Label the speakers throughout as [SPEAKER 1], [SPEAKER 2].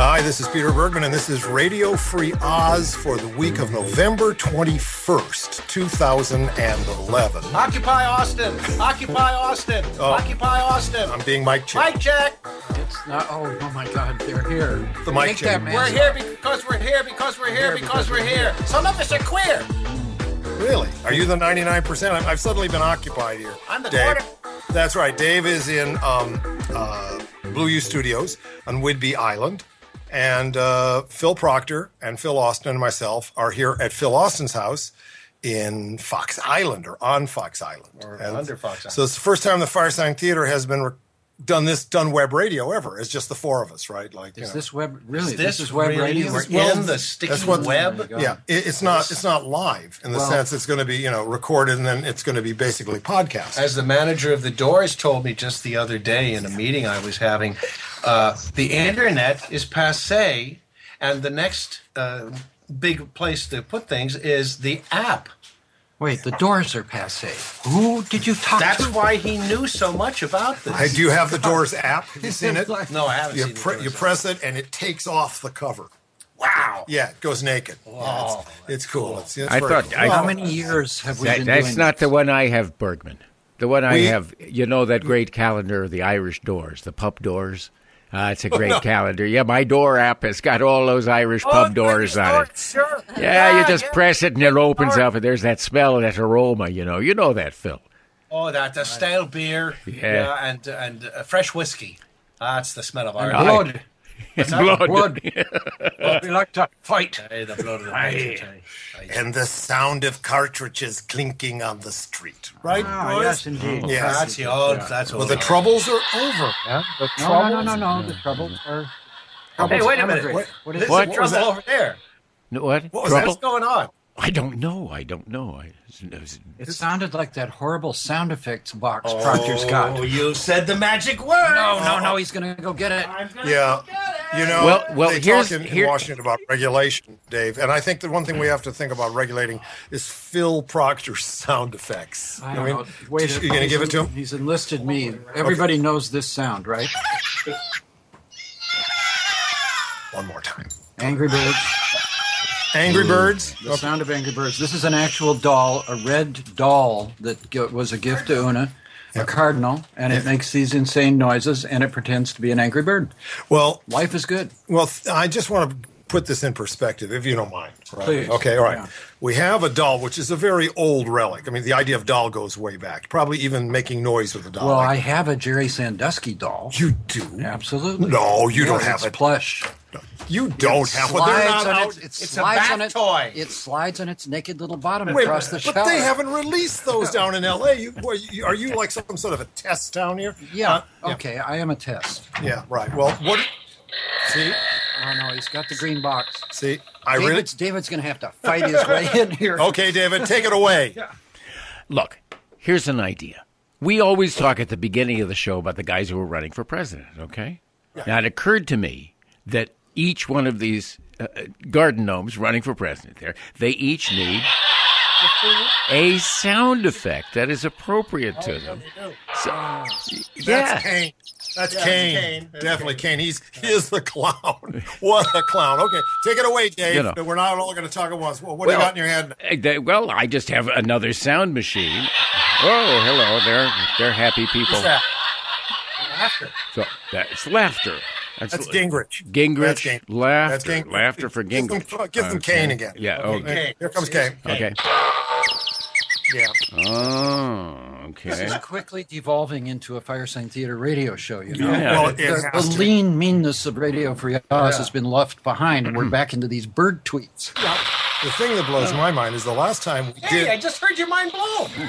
[SPEAKER 1] Hi, this is Peter Bergman, and this is Radio Free Oz for the week of November 21st, 2011.
[SPEAKER 2] Occupy Austin! Occupy Austin!
[SPEAKER 1] Oh.
[SPEAKER 2] Occupy Austin!
[SPEAKER 1] I'm being mic checked.
[SPEAKER 2] Mic check!
[SPEAKER 3] It's not. Oh, oh my God, they're here.
[SPEAKER 1] The mic
[SPEAKER 3] Make
[SPEAKER 1] check.
[SPEAKER 3] that man
[SPEAKER 2] We're here because we're here because we're here because we're here. Some of us are queer.
[SPEAKER 1] Really? Are you the 99%? I'm, I've suddenly been occupied here.
[SPEAKER 2] I'm the
[SPEAKER 1] Dave.
[SPEAKER 2] quarter-
[SPEAKER 1] That's right. Dave is in um, uh, Blue U Studios on Whidbey Island. And uh, Phil Proctor and Phil Austin and myself are here at Phil Austin's house in Fox Island or on Fox Island. Or
[SPEAKER 2] under Fox Island.
[SPEAKER 1] So it's the first time the Firesign Theater has been re- done this, done web radio ever. It's just the four of us, right? Like, you
[SPEAKER 3] Is
[SPEAKER 1] know.
[SPEAKER 3] this web really? This, is web
[SPEAKER 2] really-
[SPEAKER 3] radio.
[SPEAKER 2] We're in the sticky
[SPEAKER 1] that's what-
[SPEAKER 2] web.
[SPEAKER 3] Yeah.
[SPEAKER 1] Yeah, it, it's not it's not live in the
[SPEAKER 3] Well-
[SPEAKER 1] sense it's going to be you know recorded and then it's going to be basically podcast.
[SPEAKER 2] As the manager of the Doors told me just the other day in a meeting I was having, uh, the internet is passe, and the next uh, big place to put things is the app.
[SPEAKER 3] Wait, the doors are passe. Who did you talk
[SPEAKER 2] That's
[SPEAKER 3] to?
[SPEAKER 2] why he knew so much about this.
[SPEAKER 1] I do you have the Doors app. Have you seen it?
[SPEAKER 2] no, I haven't
[SPEAKER 1] You,
[SPEAKER 2] seen the
[SPEAKER 1] pre-
[SPEAKER 2] Doors
[SPEAKER 1] you
[SPEAKER 2] app.
[SPEAKER 1] press it and it takes off the cover.
[SPEAKER 2] Wow.
[SPEAKER 1] Yeah, it goes naked. Yeah, it's-
[SPEAKER 2] Wow.
[SPEAKER 1] it's, cool. It's, it's
[SPEAKER 4] I
[SPEAKER 1] very
[SPEAKER 4] thought-
[SPEAKER 1] cool.
[SPEAKER 4] I-
[SPEAKER 3] How
[SPEAKER 1] Well,
[SPEAKER 3] many years have we
[SPEAKER 4] That-
[SPEAKER 3] been
[SPEAKER 4] that's
[SPEAKER 3] doing
[SPEAKER 4] not
[SPEAKER 3] this?
[SPEAKER 4] the one I have, Bergman. The one I
[SPEAKER 1] We-
[SPEAKER 4] have, you know, that great calendar, the Irish doors, the pub doors. Uh, it's a great calendar. Yeah, my door app has got all those Irish pub doors on it.
[SPEAKER 2] Sure.
[SPEAKER 4] Yeah, you just press it and it opens up, and there's that smell, and that aroma. You know, you know that, Phil.
[SPEAKER 2] Oh, that uh, stale beer.
[SPEAKER 4] Yeah.
[SPEAKER 2] and and uh, fresh whiskey. That's the smell of
[SPEAKER 4] I-
[SPEAKER 2] Ireland.
[SPEAKER 3] Blood.
[SPEAKER 4] It's blood.
[SPEAKER 3] Blood. we like to fight.
[SPEAKER 2] Hey, the blood of the nations, hey. Hey.
[SPEAKER 1] And the sound of cartridges clinking on the street. Right?
[SPEAKER 3] Ah,
[SPEAKER 1] boys?
[SPEAKER 3] yes, indeed.
[SPEAKER 1] Yeah.
[SPEAKER 2] That's the old. That's
[SPEAKER 1] Well,
[SPEAKER 2] old.
[SPEAKER 1] the troubles are over.
[SPEAKER 3] No, no, no, no, no. The troubles are.
[SPEAKER 2] Hey, wait a minute.
[SPEAKER 3] Emigrate. What is
[SPEAKER 2] There's
[SPEAKER 3] it?
[SPEAKER 4] What?
[SPEAKER 2] some
[SPEAKER 1] was
[SPEAKER 2] trouble
[SPEAKER 1] that?
[SPEAKER 2] over there.
[SPEAKER 4] No,
[SPEAKER 1] was
[SPEAKER 4] What?
[SPEAKER 1] that?
[SPEAKER 4] Trouble?
[SPEAKER 2] What's going on?
[SPEAKER 4] I don't know. I don't know. I, it's- it's-
[SPEAKER 3] It sounded like that horrible sound effects box Proctor's got.
[SPEAKER 2] Oh, you said the magic word.
[SPEAKER 3] No, no, no. He's gonna go get it.
[SPEAKER 1] Yeah. You know,
[SPEAKER 4] Well- well,
[SPEAKER 1] they
[SPEAKER 4] here's-
[SPEAKER 1] talk in, in
[SPEAKER 4] here-
[SPEAKER 1] Washington about regulation, Dave. And I think the one thing we have to think about regulating is Phil Proctor's sound effects.
[SPEAKER 3] I don't
[SPEAKER 1] mean,
[SPEAKER 3] know. Wait,
[SPEAKER 1] you going to
[SPEAKER 3] he's
[SPEAKER 1] give it to
[SPEAKER 3] en-
[SPEAKER 1] him?
[SPEAKER 3] He's enlisted me. Everybody knows this sound, right?
[SPEAKER 1] One more time.
[SPEAKER 3] Angry Birds.
[SPEAKER 1] Angry Birds.
[SPEAKER 3] The sound of Angry Birds. This is an actual doll, a red doll that g- was a gift to Una, a cardinal, and it makes these insane noises, and it pretends to be an angry bird.
[SPEAKER 1] Well,
[SPEAKER 3] Life is good.
[SPEAKER 1] Well, th- I just want to put this in perspective, if you don't mind. Right?
[SPEAKER 3] Please.
[SPEAKER 1] Okay, all right.
[SPEAKER 3] Yeah.
[SPEAKER 1] We have a doll, which is a very old relic. I mean, the idea of doll goes way back. Probably even making noise with a doll.
[SPEAKER 3] Well,
[SPEAKER 1] like-
[SPEAKER 3] I have a Jerry Sandusky doll.
[SPEAKER 1] you do.
[SPEAKER 3] Absolutely.
[SPEAKER 1] No, you don't
[SPEAKER 3] Yes,
[SPEAKER 1] have
[SPEAKER 3] it's
[SPEAKER 1] it.
[SPEAKER 3] plush.
[SPEAKER 1] You don't have one. They're not
[SPEAKER 3] on
[SPEAKER 1] out.
[SPEAKER 3] its, it
[SPEAKER 2] It's a
[SPEAKER 3] slides
[SPEAKER 2] bath
[SPEAKER 3] on its,
[SPEAKER 2] toy.
[SPEAKER 3] It slides on its naked little bottom
[SPEAKER 1] Wait,
[SPEAKER 3] across the
[SPEAKER 1] but
[SPEAKER 3] shower.
[SPEAKER 1] they haven't released those down in L.A. You, boy, you, are you like some sort of a test down here?
[SPEAKER 3] Yeah.
[SPEAKER 1] Uh, yeah.
[SPEAKER 3] okay, I am a test.
[SPEAKER 1] Yeah. Right. Well, what? See,
[SPEAKER 3] Oh no, he's got the green box.
[SPEAKER 1] see, I really. Oh,
[SPEAKER 3] David's, David's going to have to fight his way in here.
[SPEAKER 1] Okay, David, take it away.
[SPEAKER 4] Look, here's an idea. We always talk at the beginning of the show about the guys who are running for president, okay? Now, it occurred to me that each one of these uh, uh, garden gnomes running for president there, they each need a sound effect that is appropriate
[SPEAKER 1] Oh,
[SPEAKER 4] to them. So,
[SPEAKER 1] That's
[SPEAKER 4] yeah.
[SPEAKER 1] Kane. That's Kane. Definitely Kane. He's he is the clown. what a clown. Okay, take it away, Dave.
[SPEAKER 4] You know.
[SPEAKER 1] We're not all going to talk at once. Well, what do
[SPEAKER 4] Well-
[SPEAKER 1] you got in your head?
[SPEAKER 4] Uh, they- Well, I just have another sound machine. Oh, hello. They're, they're happy people.
[SPEAKER 2] that? After.
[SPEAKER 4] So, that's laughter.
[SPEAKER 1] That's Gingrich.
[SPEAKER 4] Gingrich,
[SPEAKER 1] That's Ging-
[SPEAKER 4] laughter,
[SPEAKER 1] That's Ging-
[SPEAKER 4] laughter for
[SPEAKER 1] Give them-
[SPEAKER 4] Gingrich.
[SPEAKER 1] Give them
[SPEAKER 4] Okay.
[SPEAKER 1] Kane again.
[SPEAKER 4] Yeah, okay.
[SPEAKER 1] Hey, Here comes Kane.
[SPEAKER 4] Okay.
[SPEAKER 1] Yeah.
[SPEAKER 4] Oh, okay.
[SPEAKER 3] This is quickly devolving into a Firesign Theater radio show, you know.
[SPEAKER 4] Yeah.
[SPEAKER 1] Well, it
[SPEAKER 3] The, the
[SPEAKER 1] has to.
[SPEAKER 3] lean meanness of Radio Free Oz has been left behind, and we're back into these bird tweets.
[SPEAKER 1] The thing that blows my mind is the last time we
[SPEAKER 2] Hey, I
[SPEAKER 1] did
[SPEAKER 2] just heard your mind blown.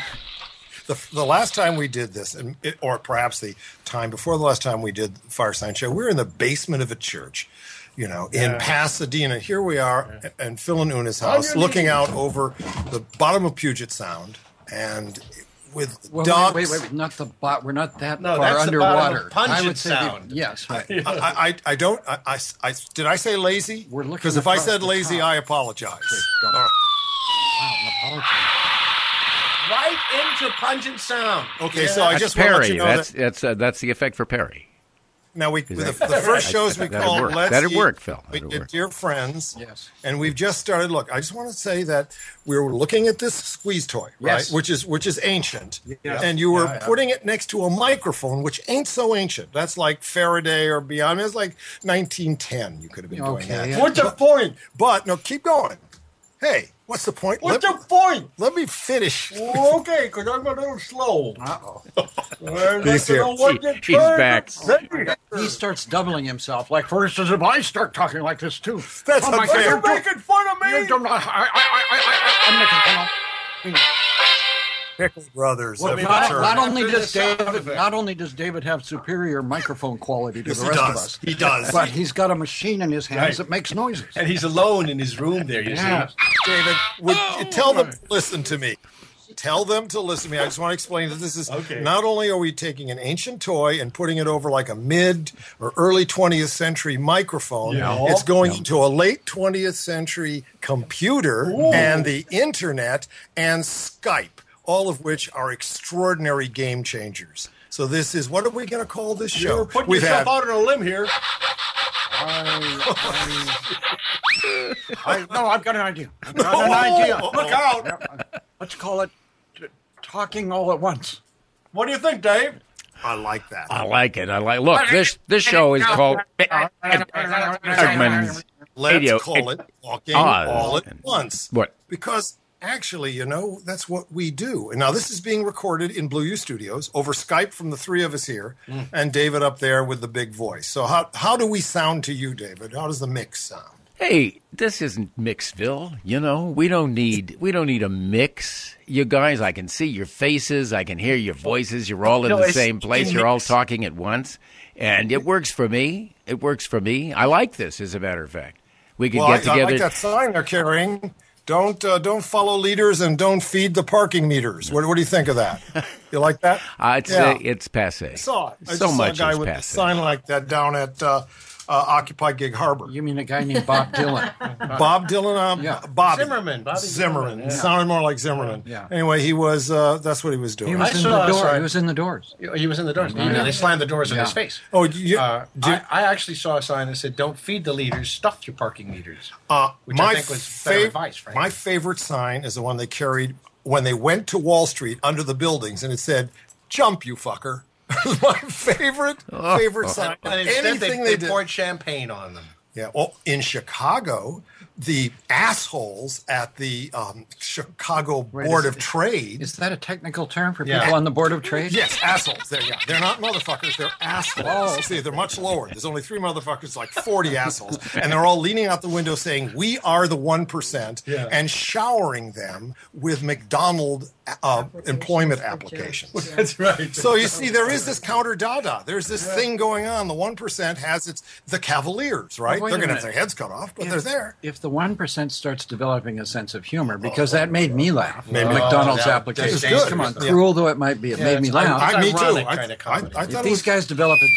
[SPEAKER 1] the, the last time we did this, and it, or perhaps the time before the last time we did the Firesign Show, we were in the basement of a church, you know, in Pasadena. Here we are, a- and Phil and Una's house, looking out over the bottom of Puget Sound, and with
[SPEAKER 3] Well,
[SPEAKER 1] ducks.
[SPEAKER 3] wait, wait, wait, not the bot. We're not that
[SPEAKER 2] No,
[SPEAKER 3] far
[SPEAKER 2] that's the bottom of
[SPEAKER 3] underwater.
[SPEAKER 2] pungent
[SPEAKER 3] I would say
[SPEAKER 2] sound.
[SPEAKER 3] The, yes, right.
[SPEAKER 1] I, I, I don't. I, I, I- did I say lazy?
[SPEAKER 3] We're looking
[SPEAKER 1] because if I
[SPEAKER 3] across
[SPEAKER 1] said
[SPEAKER 3] the
[SPEAKER 1] lazy,
[SPEAKER 3] top.
[SPEAKER 1] I apologize.
[SPEAKER 3] don't.
[SPEAKER 1] All right.
[SPEAKER 3] Wow, an apology.
[SPEAKER 2] Right into pungent sound.
[SPEAKER 1] Okay, so I
[SPEAKER 4] That's
[SPEAKER 1] just want to
[SPEAKER 4] Perry.
[SPEAKER 1] let you know
[SPEAKER 4] that's
[SPEAKER 1] that
[SPEAKER 4] that's uh, that's the effect for Perry.
[SPEAKER 1] now we the, the first shows we
[SPEAKER 4] That'd
[SPEAKER 1] called
[SPEAKER 4] work.
[SPEAKER 1] Let's
[SPEAKER 4] That'd
[SPEAKER 1] Eat,
[SPEAKER 4] work, Phil.
[SPEAKER 1] We
[SPEAKER 4] That'd
[SPEAKER 1] did
[SPEAKER 4] work.
[SPEAKER 1] Dear Friends.
[SPEAKER 3] Yes.
[SPEAKER 1] And we've just started. Look, I just want to say that we were looking at this squeeze toy,
[SPEAKER 3] Yes.
[SPEAKER 1] right? Which is which is ancient.
[SPEAKER 3] Yeah.
[SPEAKER 1] And you were
[SPEAKER 3] Yeah, yeah.
[SPEAKER 1] putting it next to a microphone, which ain't so ancient. That's like Faraday or beyond. It's like 1910. You could have been doing
[SPEAKER 3] Okay,
[SPEAKER 1] that.
[SPEAKER 3] yeah.
[SPEAKER 2] What's the point?
[SPEAKER 1] But no, keep going. Hey, what's the point?
[SPEAKER 2] What's
[SPEAKER 1] let,
[SPEAKER 2] the point? Oh,
[SPEAKER 1] let me finish.
[SPEAKER 2] Okay, because I'm a little slow.
[SPEAKER 3] Uh-oh.
[SPEAKER 2] Well,
[SPEAKER 1] He's
[SPEAKER 2] I don't
[SPEAKER 1] here.
[SPEAKER 2] know what
[SPEAKER 4] He-
[SPEAKER 2] to
[SPEAKER 4] he's
[SPEAKER 2] turn
[SPEAKER 4] back.
[SPEAKER 2] to say.
[SPEAKER 3] He starts doubling himself. Like, for instance, if I start talking like this too,
[SPEAKER 1] That's
[SPEAKER 3] oh my
[SPEAKER 1] unfair.
[SPEAKER 2] You're
[SPEAKER 3] God, you're-
[SPEAKER 2] making fun of me.
[SPEAKER 3] you don't know. I, I, I, I, I, am making fun of.
[SPEAKER 1] Pickle Brothers.
[SPEAKER 2] Well,
[SPEAKER 1] of
[SPEAKER 2] not-
[SPEAKER 1] Mature.
[SPEAKER 3] Not
[SPEAKER 2] After
[SPEAKER 3] only
[SPEAKER 2] the
[SPEAKER 3] does
[SPEAKER 2] sound
[SPEAKER 3] David,
[SPEAKER 2] effect.
[SPEAKER 3] not only does David have superior microphone quality to
[SPEAKER 1] Yes,
[SPEAKER 3] the
[SPEAKER 1] he
[SPEAKER 3] rest of
[SPEAKER 1] does.
[SPEAKER 3] us,
[SPEAKER 1] He does.
[SPEAKER 3] but he's got a machine in his
[SPEAKER 2] Right.
[SPEAKER 3] hands that makes noises.
[SPEAKER 2] And he's alone in his room there. You
[SPEAKER 3] Yeah.
[SPEAKER 2] see.
[SPEAKER 1] David, would you tell them to listen to me. Tell them to listen to me. I just want to explain that this is
[SPEAKER 2] Okay.
[SPEAKER 1] not only are we taking an ancient toy and putting it over like a mid or early 20th century microphone,
[SPEAKER 2] Yeah.
[SPEAKER 1] it's going into a late 20th century computer and the internet and Skype, all of which are extraordinary game changers. So this is what are we going to call this show?
[SPEAKER 2] You're putting
[SPEAKER 1] We've had-
[SPEAKER 2] yourself out on a limb here.
[SPEAKER 3] I, no, I've got an idea. I've got an idea.
[SPEAKER 1] Oh.
[SPEAKER 2] Look out!
[SPEAKER 3] Let's call it t- talking all at once.
[SPEAKER 2] What do you think, Dave?
[SPEAKER 1] I like that.
[SPEAKER 4] I like it. I like. Look, this this show is called Eggman's.
[SPEAKER 1] Let's
[SPEAKER 4] Radio-
[SPEAKER 1] call it walking
[SPEAKER 4] Oz.
[SPEAKER 1] all at once.
[SPEAKER 4] What?
[SPEAKER 1] Because actually, you know, that's what we do. And now this is being recorded in Blue U Studios over Skype from the three of us here and David up there with the big voice. So how how do we sound to you, David? How does the mix sound?
[SPEAKER 4] Hey, this isn't Mixville. You know, we don't need we don't need a mix. You guys, I can see your faces. I can hear your voices. You're all in
[SPEAKER 2] No,
[SPEAKER 4] the
[SPEAKER 2] it's-
[SPEAKER 4] same place.
[SPEAKER 2] it's
[SPEAKER 4] You're all
[SPEAKER 2] mixed.
[SPEAKER 4] talking at once, and it works for me. It works for me. I like this. As a matter of fact, we could
[SPEAKER 1] Well, I,
[SPEAKER 4] get
[SPEAKER 1] I
[SPEAKER 4] together.
[SPEAKER 1] like that sign they're carrying. Don't uh, don't follow leaders and don't feed the parking meters. What, what do you think of that? You like that?
[SPEAKER 4] Uh, it's
[SPEAKER 1] Yeah.
[SPEAKER 4] uh, it's passe.
[SPEAKER 1] saw it. I
[SPEAKER 4] so
[SPEAKER 1] just
[SPEAKER 4] much
[SPEAKER 1] saw a guy
[SPEAKER 4] is
[SPEAKER 1] with a
[SPEAKER 4] passe.
[SPEAKER 1] sign like that down at uh, uh, Occupy Gig Harbor.
[SPEAKER 3] You mean a guy named Bob Dylan?
[SPEAKER 1] Bob Dylan, um,
[SPEAKER 3] Yeah.
[SPEAKER 1] Bobby
[SPEAKER 2] Uh, Zimmerman, Bobby
[SPEAKER 1] Zimmerman.
[SPEAKER 2] Zimmerman,
[SPEAKER 1] It
[SPEAKER 2] yeah.
[SPEAKER 1] sounded more like Zimmerman.
[SPEAKER 3] Yeah.
[SPEAKER 1] Anyway, he was. Uh, that's what he was doing.
[SPEAKER 3] He was
[SPEAKER 2] I
[SPEAKER 3] in
[SPEAKER 2] saw-
[SPEAKER 3] the door.
[SPEAKER 2] sorry.
[SPEAKER 3] He was in the doors.
[SPEAKER 2] He was in the doors. and They slammed the doors in
[SPEAKER 3] Yeah.
[SPEAKER 2] his face.
[SPEAKER 1] oh, you,
[SPEAKER 2] Uh,
[SPEAKER 1] do-
[SPEAKER 2] I, I actually saw a sign that said, "Don't feed the leaders. Stuff your parking meters."
[SPEAKER 1] uh,
[SPEAKER 2] which I
[SPEAKER 1] my
[SPEAKER 2] think was better
[SPEAKER 1] fav-
[SPEAKER 2] advice, frankly.
[SPEAKER 1] My favorite sign is the one they carried when they went to Wall Street under the buildings, and it said, "Jump, you fucker." my favorite favorite sign.
[SPEAKER 2] And instead,
[SPEAKER 1] Anything
[SPEAKER 2] they,
[SPEAKER 1] they,
[SPEAKER 2] they
[SPEAKER 1] did.
[SPEAKER 2] poured champagne on them.
[SPEAKER 1] Yeah. Well, in Chicago, the assholes at the um, Chicago Board
[SPEAKER 3] is-
[SPEAKER 1] of Trade.
[SPEAKER 3] Is that a technical term for
[SPEAKER 2] Yeah.
[SPEAKER 3] people on the board of trade?
[SPEAKER 1] Yes, assholes. There you go. They're not motherfuckers. They're assholes.
[SPEAKER 3] Oh.
[SPEAKER 1] See, they're much lower. There's only three motherfuckers, like 40 assholes. And they're all leaning out the window saying, We are the 1%,
[SPEAKER 2] Yeah.
[SPEAKER 1] and showering them with McDonald uh, employment applications.
[SPEAKER 2] That's right.
[SPEAKER 1] So you see, there is this counter dada. There's this thing going on. The 1% has its, the Cavaliers, right?
[SPEAKER 3] Well, Oh, wait
[SPEAKER 1] They're going
[SPEAKER 3] a
[SPEAKER 1] to have their
[SPEAKER 3] minute.
[SPEAKER 1] heads cut off, but they're there.
[SPEAKER 3] If the one percent starts developing a sense of humor, because that made me laugh.
[SPEAKER 1] Made me-
[SPEAKER 3] McDonald's
[SPEAKER 2] Oh, that-
[SPEAKER 3] application.
[SPEAKER 2] that's dangerous.
[SPEAKER 3] Come on,
[SPEAKER 1] Yeah.
[SPEAKER 3] cruel though it might be, it made me
[SPEAKER 2] it's-
[SPEAKER 3] laugh.
[SPEAKER 2] I-
[SPEAKER 1] I, me too.
[SPEAKER 2] ironic
[SPEAKER 1] I,
[SPEAKER 2] kind of
[SPEAKER 1] I,
[SPEAKER 2] comedy.
[SPEAKER 1] I thought it
[SPEAKER 3] these
[SPEAKER 1] was,
[SPEAKER 3] guys develop it.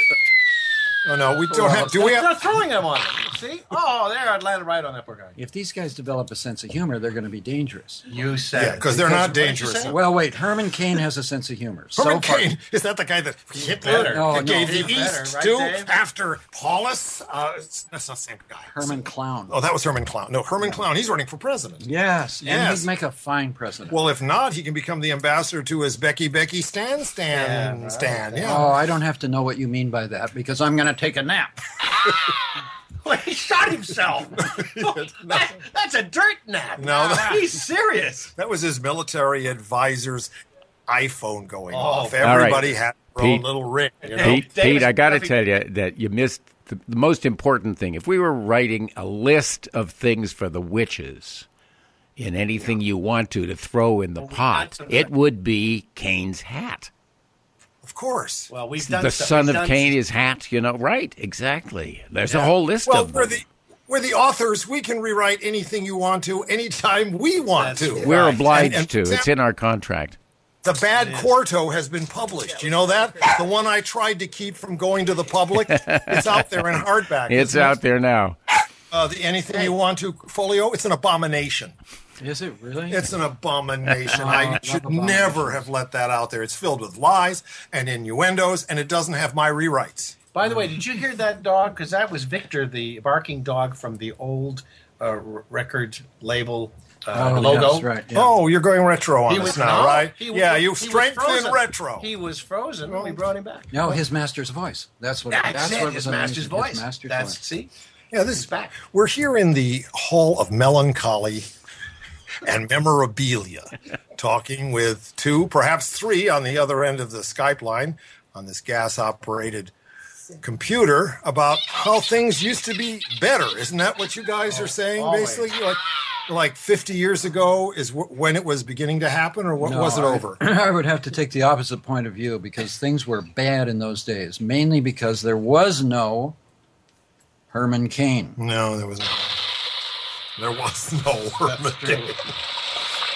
[SPEAKER 1] oh no, we don't have, do we have,
[SPEAKER 2] They're throwing them on them. See? Oh, there! I landed right on that poor guy.
[SPEAKER 3] If these guys develop a sense of humor, they're going to be dangerous.
[SPEAKER 2] You said.
[SPEAKER 1] yeah, because they're not
[SPEAKER 2] what did you
[SPEAKER 1] dangerous.
[SPEAKER 2] say?
[SPEAKER 3] Well, wait. Herman Cain has a sense of humor.
[SPEAKER 1] Herman
[SPEAKER 3] so far,
[SPEAKER 1] Cain is that the guy that Hitler
[SPEAKER 2] better.
[SPEAKER 3] No, no.
[SPEAKER 1] gave
[SPEAKER 2] He's
[SPEAKER 1] the
[SPEAKER 2] better,
[SPEAKER 1] East
[SPEAKER 2] right,
[SPEAKER 1] to
[SPEAKER 2] Dave?
[SPEAKER 1] after Paulus? Uh, it's- that's not the same guy.
[SPEAKER 3] Herman Clown.
[SPEAKER 1] Oh, that was Herman Clown. No, Herman Clown. He's running for president.
[SPEAKER 3] yes, and
[SPEAKER 1] Yes.
[SPEAKER 3] he'd make a fine president.
[SPEAKER 1] Well, if not, he can become the ambassador to his Becky Becky Stan Stan
[SPEAKER 2] Yeah, right.
[SPEAKER 1] Stan. Yeah.
[SPEAKER 4] Uh,
[SPEAKER 3] oh, I don't have to know what you mean by that because I'm going to take a nap.
[SPEAKER 2] he shot himself. That- that's a dirt nap.
[SPEAKER 1] No, that-
[SPEAKER 2] he's serious.
[SPEAKER 1] That was his military advisor's iPhone
[SPEAKER 2] Oh,
[SPEAKER 1] going off.
[SPEAKER 4] right.
[SPEAKER 1] Everybody had their own
[SPEAKER 4] Pete.
[SPEAKER 1] little ring. You know?
[SPEAKER 4] Pete,
[SPEAKER 2] Davis
[SPEAKER 4] Pete, I got to
[SPEAKER 2] Duffy-
[SPEAKER 4] tell you that you missed the, the most important thing. If we were writing a list of things for the witches and anything you want to to throw in the pot,
[SPEAKER 2] got to-
[SPEAKER 4] it would be Cain's hat.
[SPEAKER 1] Of course.
[SPEAKER 2] Well, we've done
[SPEAKER 4] the
[SPEAKER 2] stuff-
[SPEAKER 4] son
[SPEAKER 2] we've
[SPEAKER 4] of
[SPEAKER 2] done-
[SPEAKER 4] Cain is hat, you know, right? Exactly. There's a whole list
[SPEAKER 1] Well,
[SPEAKER 4] of
[SPEAKER 1] we're
[SPEAKER 4] them.
[SPEAKER 1] the we're the authors. We can rewrite anything you want to, anytime we want
[SPEAKER 2] That's
[SPEAKER 1] to.
[SPEAKER 2] right.
[SPEAKER 4] we're
[SPEAKER 2] And-
[SPEAKER 4] obliged
[SPEAKER 1] and-
[SPEAKER 4] to. It's in our contract.
[SPEAKER 1] The Bad Quarto has been published. You know that? The one I tried to keep from going to the public. It's out there in hardback.
[SPEAKER 4] It's
[SPEAKER 1] Isn't it?
[SPEAKER 4] out there now.
[SPEAKER 1] Uh, the Anything You Want to folio. It's an abomination.
[SPEAKER 3] Is it really?
[SPEAKER 1] It's an abomination.
[SPEAKER 3] Oh,
[SPEAKER 1] I
[SPEAKER 3] love
[SPEAKER 1] should
[SPEAKER 3] abominations.
[SPEAKER 1] never have let that out there. It's filled with lies and innuendos, and it doesn't have my rewrites.
[SPEAKER 2] By the way, did you hear that dog? Because that was Victor, the barking dog from the old uh, r- record label uh,
[SPEAKER 3] Oh,
[SPEAKER 2] logo.
[SPEAKER 3] yes, right. yeah.
[SPEAKER 1] Oh, you're going retro on
[SPEAKER 2] He
[SPEAKER 1] us
[SPEAKER 2] was
[SPEAKER 1] now,
[SPEAKER 2] no,
[SPEAKER 1] right?
[SPEAKER 2] he was-
[SPEAKER 1] Yeah,
[SPEAKER 2] he
[SPEAKER 1] you
[SPEAKER 2] was
[SPEAKER 1] strengthened
[SPEAKER 2] frozen.
[SPEAKER 1] retro.
[SPEAKER 2] He was frozen when we brought him back.
[SPEAKER 3] No, his master's voice. That's what.
[SPEAKER 2] That's, it.
[SPEAKER 3] what
[SPEAKER 2] his
[SPEAKER 3] was amazing,
[SPEAKER 2] master's voice.
[SPEAKER 3] His master's
[SPEAKER 2] That's
[SPEAKER 3] voice.
[SPEAKER 2] see.
[SPEAKER 1] Yeah, this is
[SPEAKER 2] back.
[SPEAKER 1] We're here in the Hall of Melancholy and Memorabilia, talking with two, perhaps three, on the other end of the Skype line on this gas operated computer about how things used to be better. Isn't that what you guys are saying,
[SPEAKER 2] always.
[SPEAKER 1] basically? Like, like 50 years ago is w- when it was beginning to happen, or what
[SPEAKER 3] No,
[SPEAKER 1] was it
[SPEAKER 3] I-
[SPEAKER 1] over?
[SPEAKER 3] I would have to take the opposite point of view because things were bad in those days, mainly because there was no Herman Cain.
[SPEAKER 1] No, there was no. There was no Herman Cain.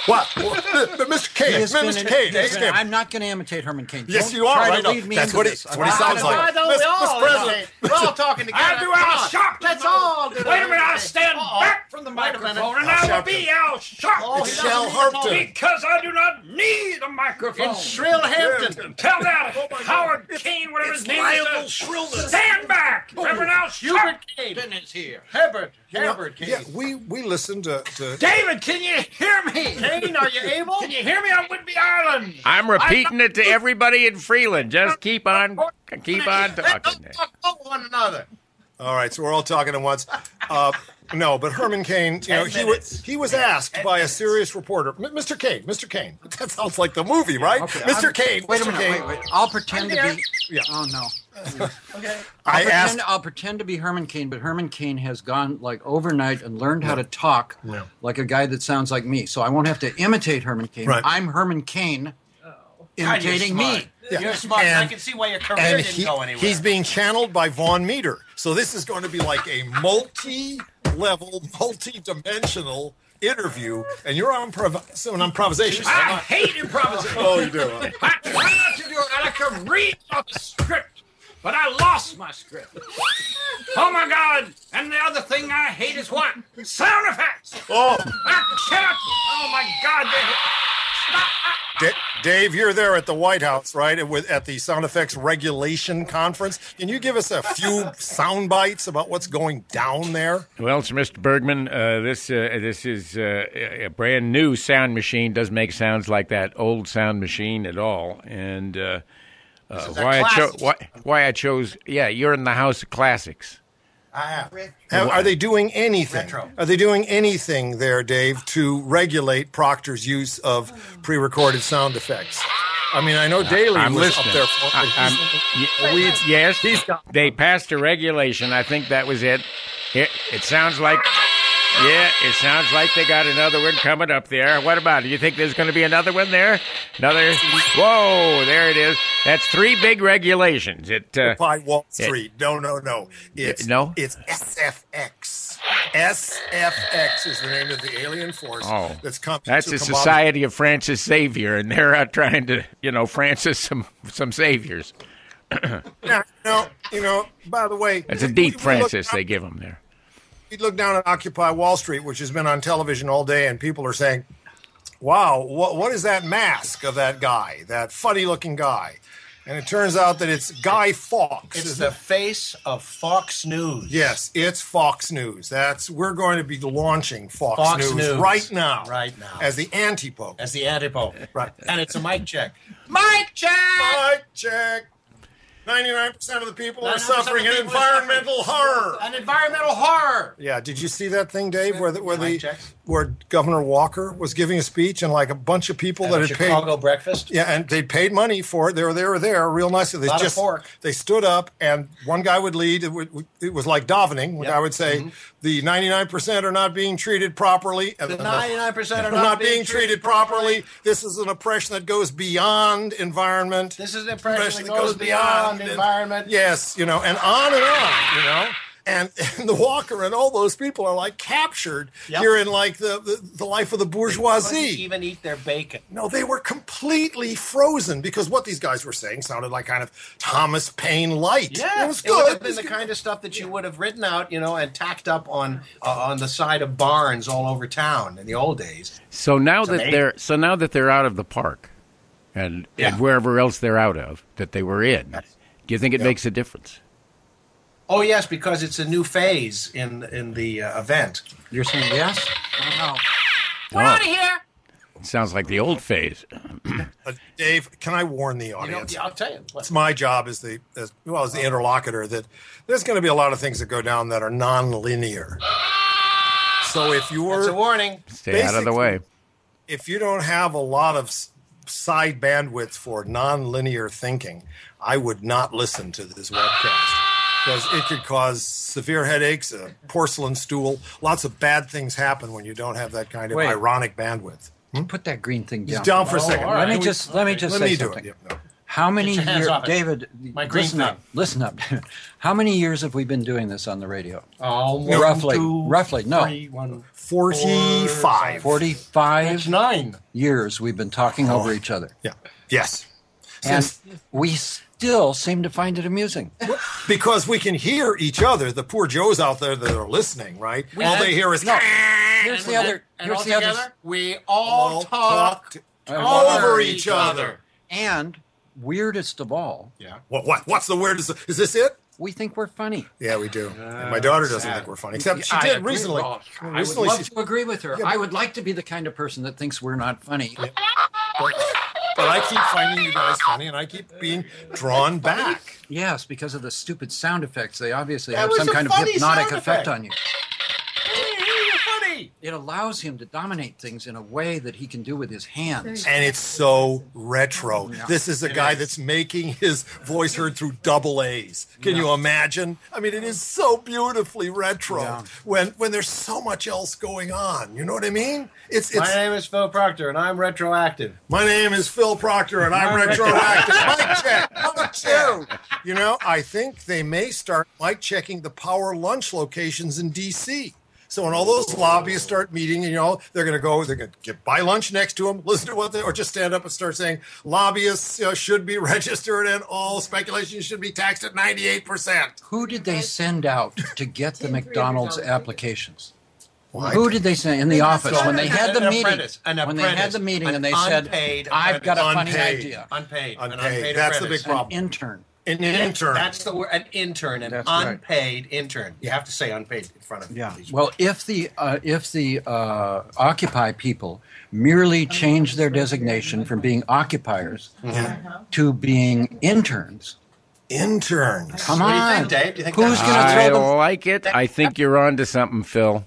[SPEAKER 1] What? But Mr. Kane,
[SPEAKER 3] He's been
[SPEAKER 1] Mr.
[SPEAKER 3] in-
[SPEAKER 1] Kane,
[SPEAKER 3] he's
[SPEAKER 1] ask
[SPEAKER 3] been-
[SPEAKER 1] him.
[SPEAKER 3] I'm not going to imitate Herman Cain.
[SPEAKER 1] Yes,
[SPEAKER 3] Don't
[SPEAKER 1] you are.
[SPEAKER 3] try
[SPEAKER 1] I
[SPEAKER 3] to
[SPEAKER 1] know.
[SPEAKER 3] lead me
[SPEAKER 1] That's
[SPEAKER 3] into
[SPEAKER 1] what he-
[SPEAKER 3] this.
[SPEAKER 1] that's
[SPEAKER 3] I'm
[SPEAKER 1] what he
[SPEAKER 3] not
[SPEAKER 1] sounds
[SPEAKER 3] gonna-
[SPEAKER 1] like.
[SPEAKER 2] Why don't
[SPEAKER 1] Miss-
[SPEAKER 2] we all
[SPEAKER 1] Miss
[SPEAKER 2] imitate?
[SPEAKER 1] President.
[SPEAKER 2] We're all talking together.
[SPEAKER 5] I do have a
[SPEAKER 2] Come on.
[SPEAKER 5] shock
[SPEAKER 2] Let's
[SPEAKER 5] tonight.
[SPEAKER 2] all do
[SPEAKER 5] Wait a minute, I'll
[SPEAKER 2] imitate.
[SPEAKER 5] stand
[SPEAKER 2] Uh-oh.
[SPEAKER 5] back from the
[SPEAKER 2] Wait a
[SPEAKER 5] microphone
[SPEAKER 2] minute.
[SPEAKER 5] and I will
[SPEAKER 1] shocked
[SPEAKER 5] be out shocked.
[SPEAKER 2] Oh,
[SPEAKER 1] It's
[SPEAKER 2] he
[SPEAKER 1] Shel
[SPEAKER 2] doesn't even
[SPEAKER 1] Harpton.
[SPEAKER 2] talk.
[SPEAKER 5] Because I do not need a microphone.
[SPEAKER 2] In Shrill Hampton.
[SPEAKER 5] Tell that
[SPEAKER 2] Oh
[SPEAKER 5] Howard Kane, whatever his name is.
[SPEAKER 1] shrillness.
[SPEAKER 5] Stand back. Reverend Al
[SPEAKER 2] Hubert
[SPEAKER 5] Sharp.
[SPEAKER 2] Kane.
[SPEAKER 3] is here.
[SPEAKER 2] Hebert. Hebert Kane.
[SPEAKER 1] Yeah, we we listened to, to
[SPEAKER 5] David, can you hear me?
[SPEAKER 2] Kane, are you able?
[SPEAKER 5] Can you hear me on Whidbey Island?
[SPEAKER 4] I'm repeating it to everybody in Freeland. Just keep on, keep on talking.
[SPEAKER 2] Let's all talk to one another.
[SPEAKER 1] All right, so we're all talking at once. Uh, no, but Herman Cain, you know, he was
[SPEAKER 2] minutes.
[SPEAKER 1] he was asked by a serious reporter, "M- Mr. Cain, Mr. Cain. That sounds like the movie, right? Mr. Cain,
[SPEAKER 3] Wait a
[SPEAKER 1] Mr.
[SPEAKER 3] minute.
[SPEAKER 1] Cain.
[SPEAKER 3] Wait, wait. I'll pretend to be.
[SPEAKER 1] Yeah.
[SPEAKER 3] Oh no.
[SPEAKER 2] Okay.
[SPEAKER 1] I
[SPEAKER 3] I'll
[SPEAKER 1] asked
[SPEAKER 3] pretend, I'll pretend to be Herman Cain, but Herman Cain has gone like overnight and learned how to talk like a guy that sounds like me. So I won't have to imitate Herman Cain.
[SPEAKER 1] Right.
[SPEAKER 3] I'm Herman Cain
[SPEAKER 2] Oh. God, you're
[SPEAKER 3] imitating
[SPEAKER 2] smart.
[SPEAKER 3] me.
[SPEAKER 1] Yeah.
[SPEAKER 2] You're smart. and I
[SPEAKER 1] And-
[SPEAKER 2] can see why your career
[SPEAKER 1] and
[SPEAKER 2] didn't
[SPEAKER 1] he,
[SPEAKER 2] go anywhere.
[SPEAKER 1] he's being channeled by Von Meter. So this is going to be like a multi-level, multi-dimensional interview, and you're on improv- so an improvisation.
[SPEAKER 3] Ah!
[SPEAKER 5] I hate improvisation.
[SPEAKER 1] Oh, you do.
[SPEAKER 5] I try not to do it. I like to read off the script, but I lost my script. Oh my God! And the other thing I hate is what sound effects.
[SPEAKER 1] Oh,
[SPEAKER 5] I cannot. Oh my God! they-
[SPEAKER 1] Da- Dave, you're there at the White House, right? And With at the sound effects regulation conference. Can you give us a few sound bites about what's going down there?
[SPEAKER 4] Well, so Mr. Bergman, uh, this uh, this is uh, a a brand new sound machine. Doesn't make sounds like that old sound machine at all. And uh, uh,
[SPEAKER 2] a
[SPEAKER 4] why I chose
[SPEAKER 2] classic.
[SPEAKER 4] why, why I chose yeah, you're in the house of classics.
[SPEAKER 1] Have, are they doing anything?
[SPEAKER 2] Retro.
[SPEAKER 1] Are they doing anything there, Dave, to regulate Proctor's use of pre-recorded sound effects? I mean, I know Daly
[SPEAKER 4] Uh, I'm
[SPEAKER 1] was
[SPEAKER 4] listening.
[SPEAKER 1] up there. For,
[SPEAKER 4] I- I'm- y- we- yes, they passed a regulation. I think that was it. It, it sounds like. Yeah, it sounds like they got another one coming up there. What about it? You think there's going to be another one there? Another? Whoa, there it is. That's three big regulations. It uh,
[SPEAKER 1] by Wall Street. No, no, no. It's
[SPEAKER 4] no?
[SPEAKER 1] It's SFX. SFX is the name of the alien force
[SPEAKER 4] Oh,
[SPEAKER 1] that's coming.
[SPEAKER 4] That's
[SPEAKER 1] to
[SPEAKER 4] the
[SPEAKER 1] commodify-
[SPEAKER 4] Society of Francis Xavier, and they're out trying to, you know, Francis some some saviors.
[SPEAKER 1] Now, you know, you know, by the way,
[SPEAKER 4] It's a deep
[SPEAKER 1] we- we look
[SPEAKER 4] Francis
[SPEAKER 1] down-
[SPEAKER 4] they give them there.
[SPEAKER 1] We look down at Occupy Wall Street, which has been on television all day, and people are saying, "Wow, what what is that mask of that guy? That funny-looking guy?" And it turns out that it's Guy Fawkes.
[SPEAKER 2] it's
[SPEAKER 1] Is
[SPEAKER 2] the face of Fox News.
[SPEAKER 1] Yes, it's Fox News. That's we're going to be launching Fox,
[SPEAKER 2] Fox
[SPEAKER 1] News,
[SPEAKER 2] News.
[SPEAKER 1] right now,
[SPEAKER 2] Right now.
[SPEAKER 1] as the antipope.
[SPEAKER 2] As the antipope.
[SPEAKER 1] Right.
[SPEAKER 2] And it's a mic check. Mic check!
[SPEAKER 1] Mic check. Ninety-nine percent of the people are
[SPEAKER 2] 99% of
[SPEAKER 1] suffering
[SPEAKER 2] the
[SPEAKER 1] an
[SPEAKER 2] people are suffering.
[SPEAKER 1] environmental horror.
[SPEAKER 2] An environmental horror.
[SPEAKER 1] Yeah, did you see that thing, Dave, where the, where
[SPEAKER 2] Mic
[SPEAKER 1] the
[SPEAKER 2] checks.
[SPEAKER 1] where Governor Walker was giving a speech and like a bunch of people that
[SPEAKER 2] At
[SPEAKER 1] had
[SPEAKER 2] Chicago
[SPEAKER 1] paid
[SPEAKER 2] breakfast.
[SPEAKER 1] yeah, and they paid money for it. They were they were there, real nice. They
[SPEAKER 2] Lot of
[SPEAKER 1] just
[SPEAKER 2] pork.
[SPEAKER 1] they stood up, and one guy would lead. It, would, it was like davening. When I would say,
[SPEAKER 2] Mm-hmm.
[SPEAKER 1] the ninety nine percent are not being treated properly, and
[SPEAKER 2] The
[SPEAKER 1] then
[SPEAKER 2] 99% are
[SPEAKER 1] are not being treated properly. This is an oppression that goes beyond environment.
[SPEAKER 2] This is an impression that goes
[SPEAKER 1] and-
[SPEAKER 2] beyond environment.
[SPEAKER 1] Yes, you know, and on and on, you know. and, and the Walker and all those people are like captured
[SPEAKER 2] Yep.
[SPEAKER 1] here in like the, the, the life of the
[SPEAKER 2] Couldn't
[SPEAKER 1] bourgeoisie.
[SPEAKER 2] even eat their bacon.
[SPEAKER 1] No, they were completely frozen because what these guys were saying sounded like kind of Thomas Paine light.
[SPEAKER 2] Yeah,
[SPEAKER 1] it was
[SPEAKER 2] It would
[SPEAKER 1] good.
[SPEAKER 2] have been the kind of stuff that you would have written out, you know, and tacked up on uh, on the side of barns all over town in the old days.
[SPEAKER 4] So now that
[SPEAKER 2] amazing.
[SPEAKER 4] they're so now that they're out of the park, and
[SPEAKER 2] Yeah.
[SPEAKER 4] and wherever else they're out of that they were in, do you think it makes a difference?
[SPEAKER 2] Oh yes, because it's a new phase in in the uh, event.
[SPEAKER 3] You're saying yes? Wow.
[SPEAKER 4] We're out of here. Sounds like the old phase.
[SPEAKER 1] Uh, Dave, can I warn the
[SPEAKER 2] You know,
[SPEAKER 1] audience?
[SPEAKER 2] yeah, I'll tell you. what-
[SPEAKER 1] It's my job as the as well as the interlocutor that there's going to be a lot of things that go down that are non-linear. So if
[SPEAKER 2] It's a
[SPEAKER 1] you're
[SPEAKER 2] warning.
[SPEAKER 4] Stay out of the
[SPEAKER 1] Basically-
[SPEAKER 4] way.
[SPEAKER 1] if you don't have a lot of s- side bandwidth for non-linear thinking, I would not listen to this webcast because it could cause severe headaches, a porcelain stool, lots of bad things happen when you don't have that kind of
[SPEAKER 3] Wait.
[SPEAKER 1] ironic bandwidth.
[SPEAKER 3] Hmm? Put that green thing down.
[SPEAKER 1] Down for a second.
[SPEAKER 2] all right.
[SPEAKER 3] Let me
[SPEAKER 2] We-
[SPEAKER 3] just let me just
[SPEAKER 1] Let
[SPEAKER 3] say
[SPEAKER 1] me do
[SPEAKER 3] something.
[SPEAKER 1] it. Yeah, no.
[SPEAKER 3] How many
[SPEAKER 2] your hands
[SPEAKER 3] years,
[SPEAKER 2] off it.
[SPEAKER 3] David?
[SPEAKER 2] My green
[SPEAKER 3] listen
[SPEAKER 2] thing.
[SPEAKER 3] up. Listen up. How many years have we been doing this on the radio?
[SPEAKER 2] Oh,
[SPEAKER 3] Roughly, roughly, no.
[SPEAKER 2] one,
[SPEAKER 1] Forty-five.
[SPEAKER 3] Forty-five
[SPEAKER 2] nine.
[SPEAKER 3] years we've been talking over each other,
[SPEAKER 1] Yeah. Yes.
[SPEAKER 3] and we still seem to find it amusing.
[SPEAKER 1] Because we can hear each other, the poor Joes out there that are listening, right? All they hear is
[SPEAKER 3] Here's the other.
[SPEAKER 2] And
[SPEAKER 3] Here's
[SPEAKER 2] all
[SPEAKER 3] the other.
[SPEAKER 2] together, we all
[SPEAKER 1] All
[SPEAKER 2] talk
[SPEAKER 1] talked
[SPEAKER 2] over
[SPEAKER 1] over
[SPEAKER 2] each
[SPEAKER 1] each
[SPEAKER 2] other.
[SPEAKER 1] other.
[SPEAKER 3] And weirdest of all,
[SPEAKER 2] Yeah.
[SPEAKER 1] What, what? What's the weirdest? Is this it?
[SPEAKER 3] we think we're funny.
[SPEAKER 1] Yeah, we do. And my daughter doesn't think we're funny, except she
[SPEAKER 5] I
[SPEAKER 1] did
[SPEAKER 5] agree,
[SPEAKER 1] recently.
[SPEAKER 5] Ross. I would
[SPEAKER 1] Recently,
[SPEAKER 3] love
[SPEAKER 1] she,
[SPEAKER 3] to agree with her. I would like to be the kind of person that thinks we're not funny.
[SPEAKER 1] but, but I keep finding you guys funny, and I keep being drawn back.
[SPEAKER 3] Yes, because of the stupid sound effects, they obviously
[SPEAKER 2] That
[SPEAKER 3] have
[SPEAKER 2] was
[SPEAKER 3] some
[SPEAKER 2] a
[SPEAKER 3] kind of
[SPEAKER 2] funny
[SPEAKER 3] hypnotic
[SPEAKER 2] sound
[SPEAKER 3] effect
[SPEAKER 2] effect.
[SPEAKER 3] on you.
[SPEAKER 2] funny.
[SPEAKER 3] It allows him to dominate things in a way that he can do with his hands.
[SPEAKER 1] And it's so retro. This is a guy that's making his voice heard through double A's. Can you imagine? I mean, it is so beautifully retro
[SPEAKER 3] Yeah.
[SPEAKER 1] when when there's so much else going on. You know what I mean? It's
[SPEAKER 2] My
[SPEAKER 1] it's
[SPEAKER 2] name is Phil Proctor, and I'm retroactive.
[SPEAKER 1] My name is Phil Proctor, and I'm retroactive. Mic check, mic check. You know, I think they may start mic checking the power lunch locations in D.C. So when all those lobbyists start meeting, you know, they're going to go, they're going to get buy lunch next to them, listen to what they, or just stand up and start saying lobbyists uh, should be registered and all speculation should be taxed at 98%.
[SPEAKER 3] Who did they send out to get the McDonald's applications?
[SPEAKER 1] Why?
[SPEAKER 3] Who did they send in the office when they had the
[SPEAKER 2] An
[SPEAKER 3] meeting?
[SPEAKER 2] apprentice, an
[SPEAKER 3] When they had the
[SPEAKER 2] apprentice,
[SPEAKER 3] meeting and
[SPEAKER 2] an
[SPEAKER 3] they said,
[SPEAKER 2] unpaid
[SPEAKER 3] "I've got a funny
[SPEAKER 1] Unpaid.
[SPEAKER 3] idea."
[SPEAKER 2] Unpaid. An
[SPEAKER 1] Unpaid.
[SPEAKER 2] unpaid
[SPEAKER 1] That's the
[SPEAKER 2] apprentice.
[SPEAKER 1] big problem.
[SPEAKER 3] Intern.
[SPEAKER 1] An intern.
[SPEAKER 2] That's the word. An intern, an
[SPEAKER 3] That's right.
[SPEAKER 2] unpaid intern. You have to say unpaid in front of these
[SPEAKER 3] Well, if the uh, if the uh, Occupy people merely change their designation from being occupiers
[SPEAKER 2] Hmm.
[SPEAKER 3] to being interns,
[SPEAKER 1] interns.
[SPEAKER 3] come
[SPEAKER 2] What do you
[SPEAKER 3] on,
[SPEAKER 2] think, Dave? Do you think
[SPEAKER 3] who's
[SPEAKER 2] that-
[SPEAKER 3] going to
[SPEAKER 4] I
[SPEAKER 3] throw them?
[SPEAKER 4] like it. I think you're on to something, Phil.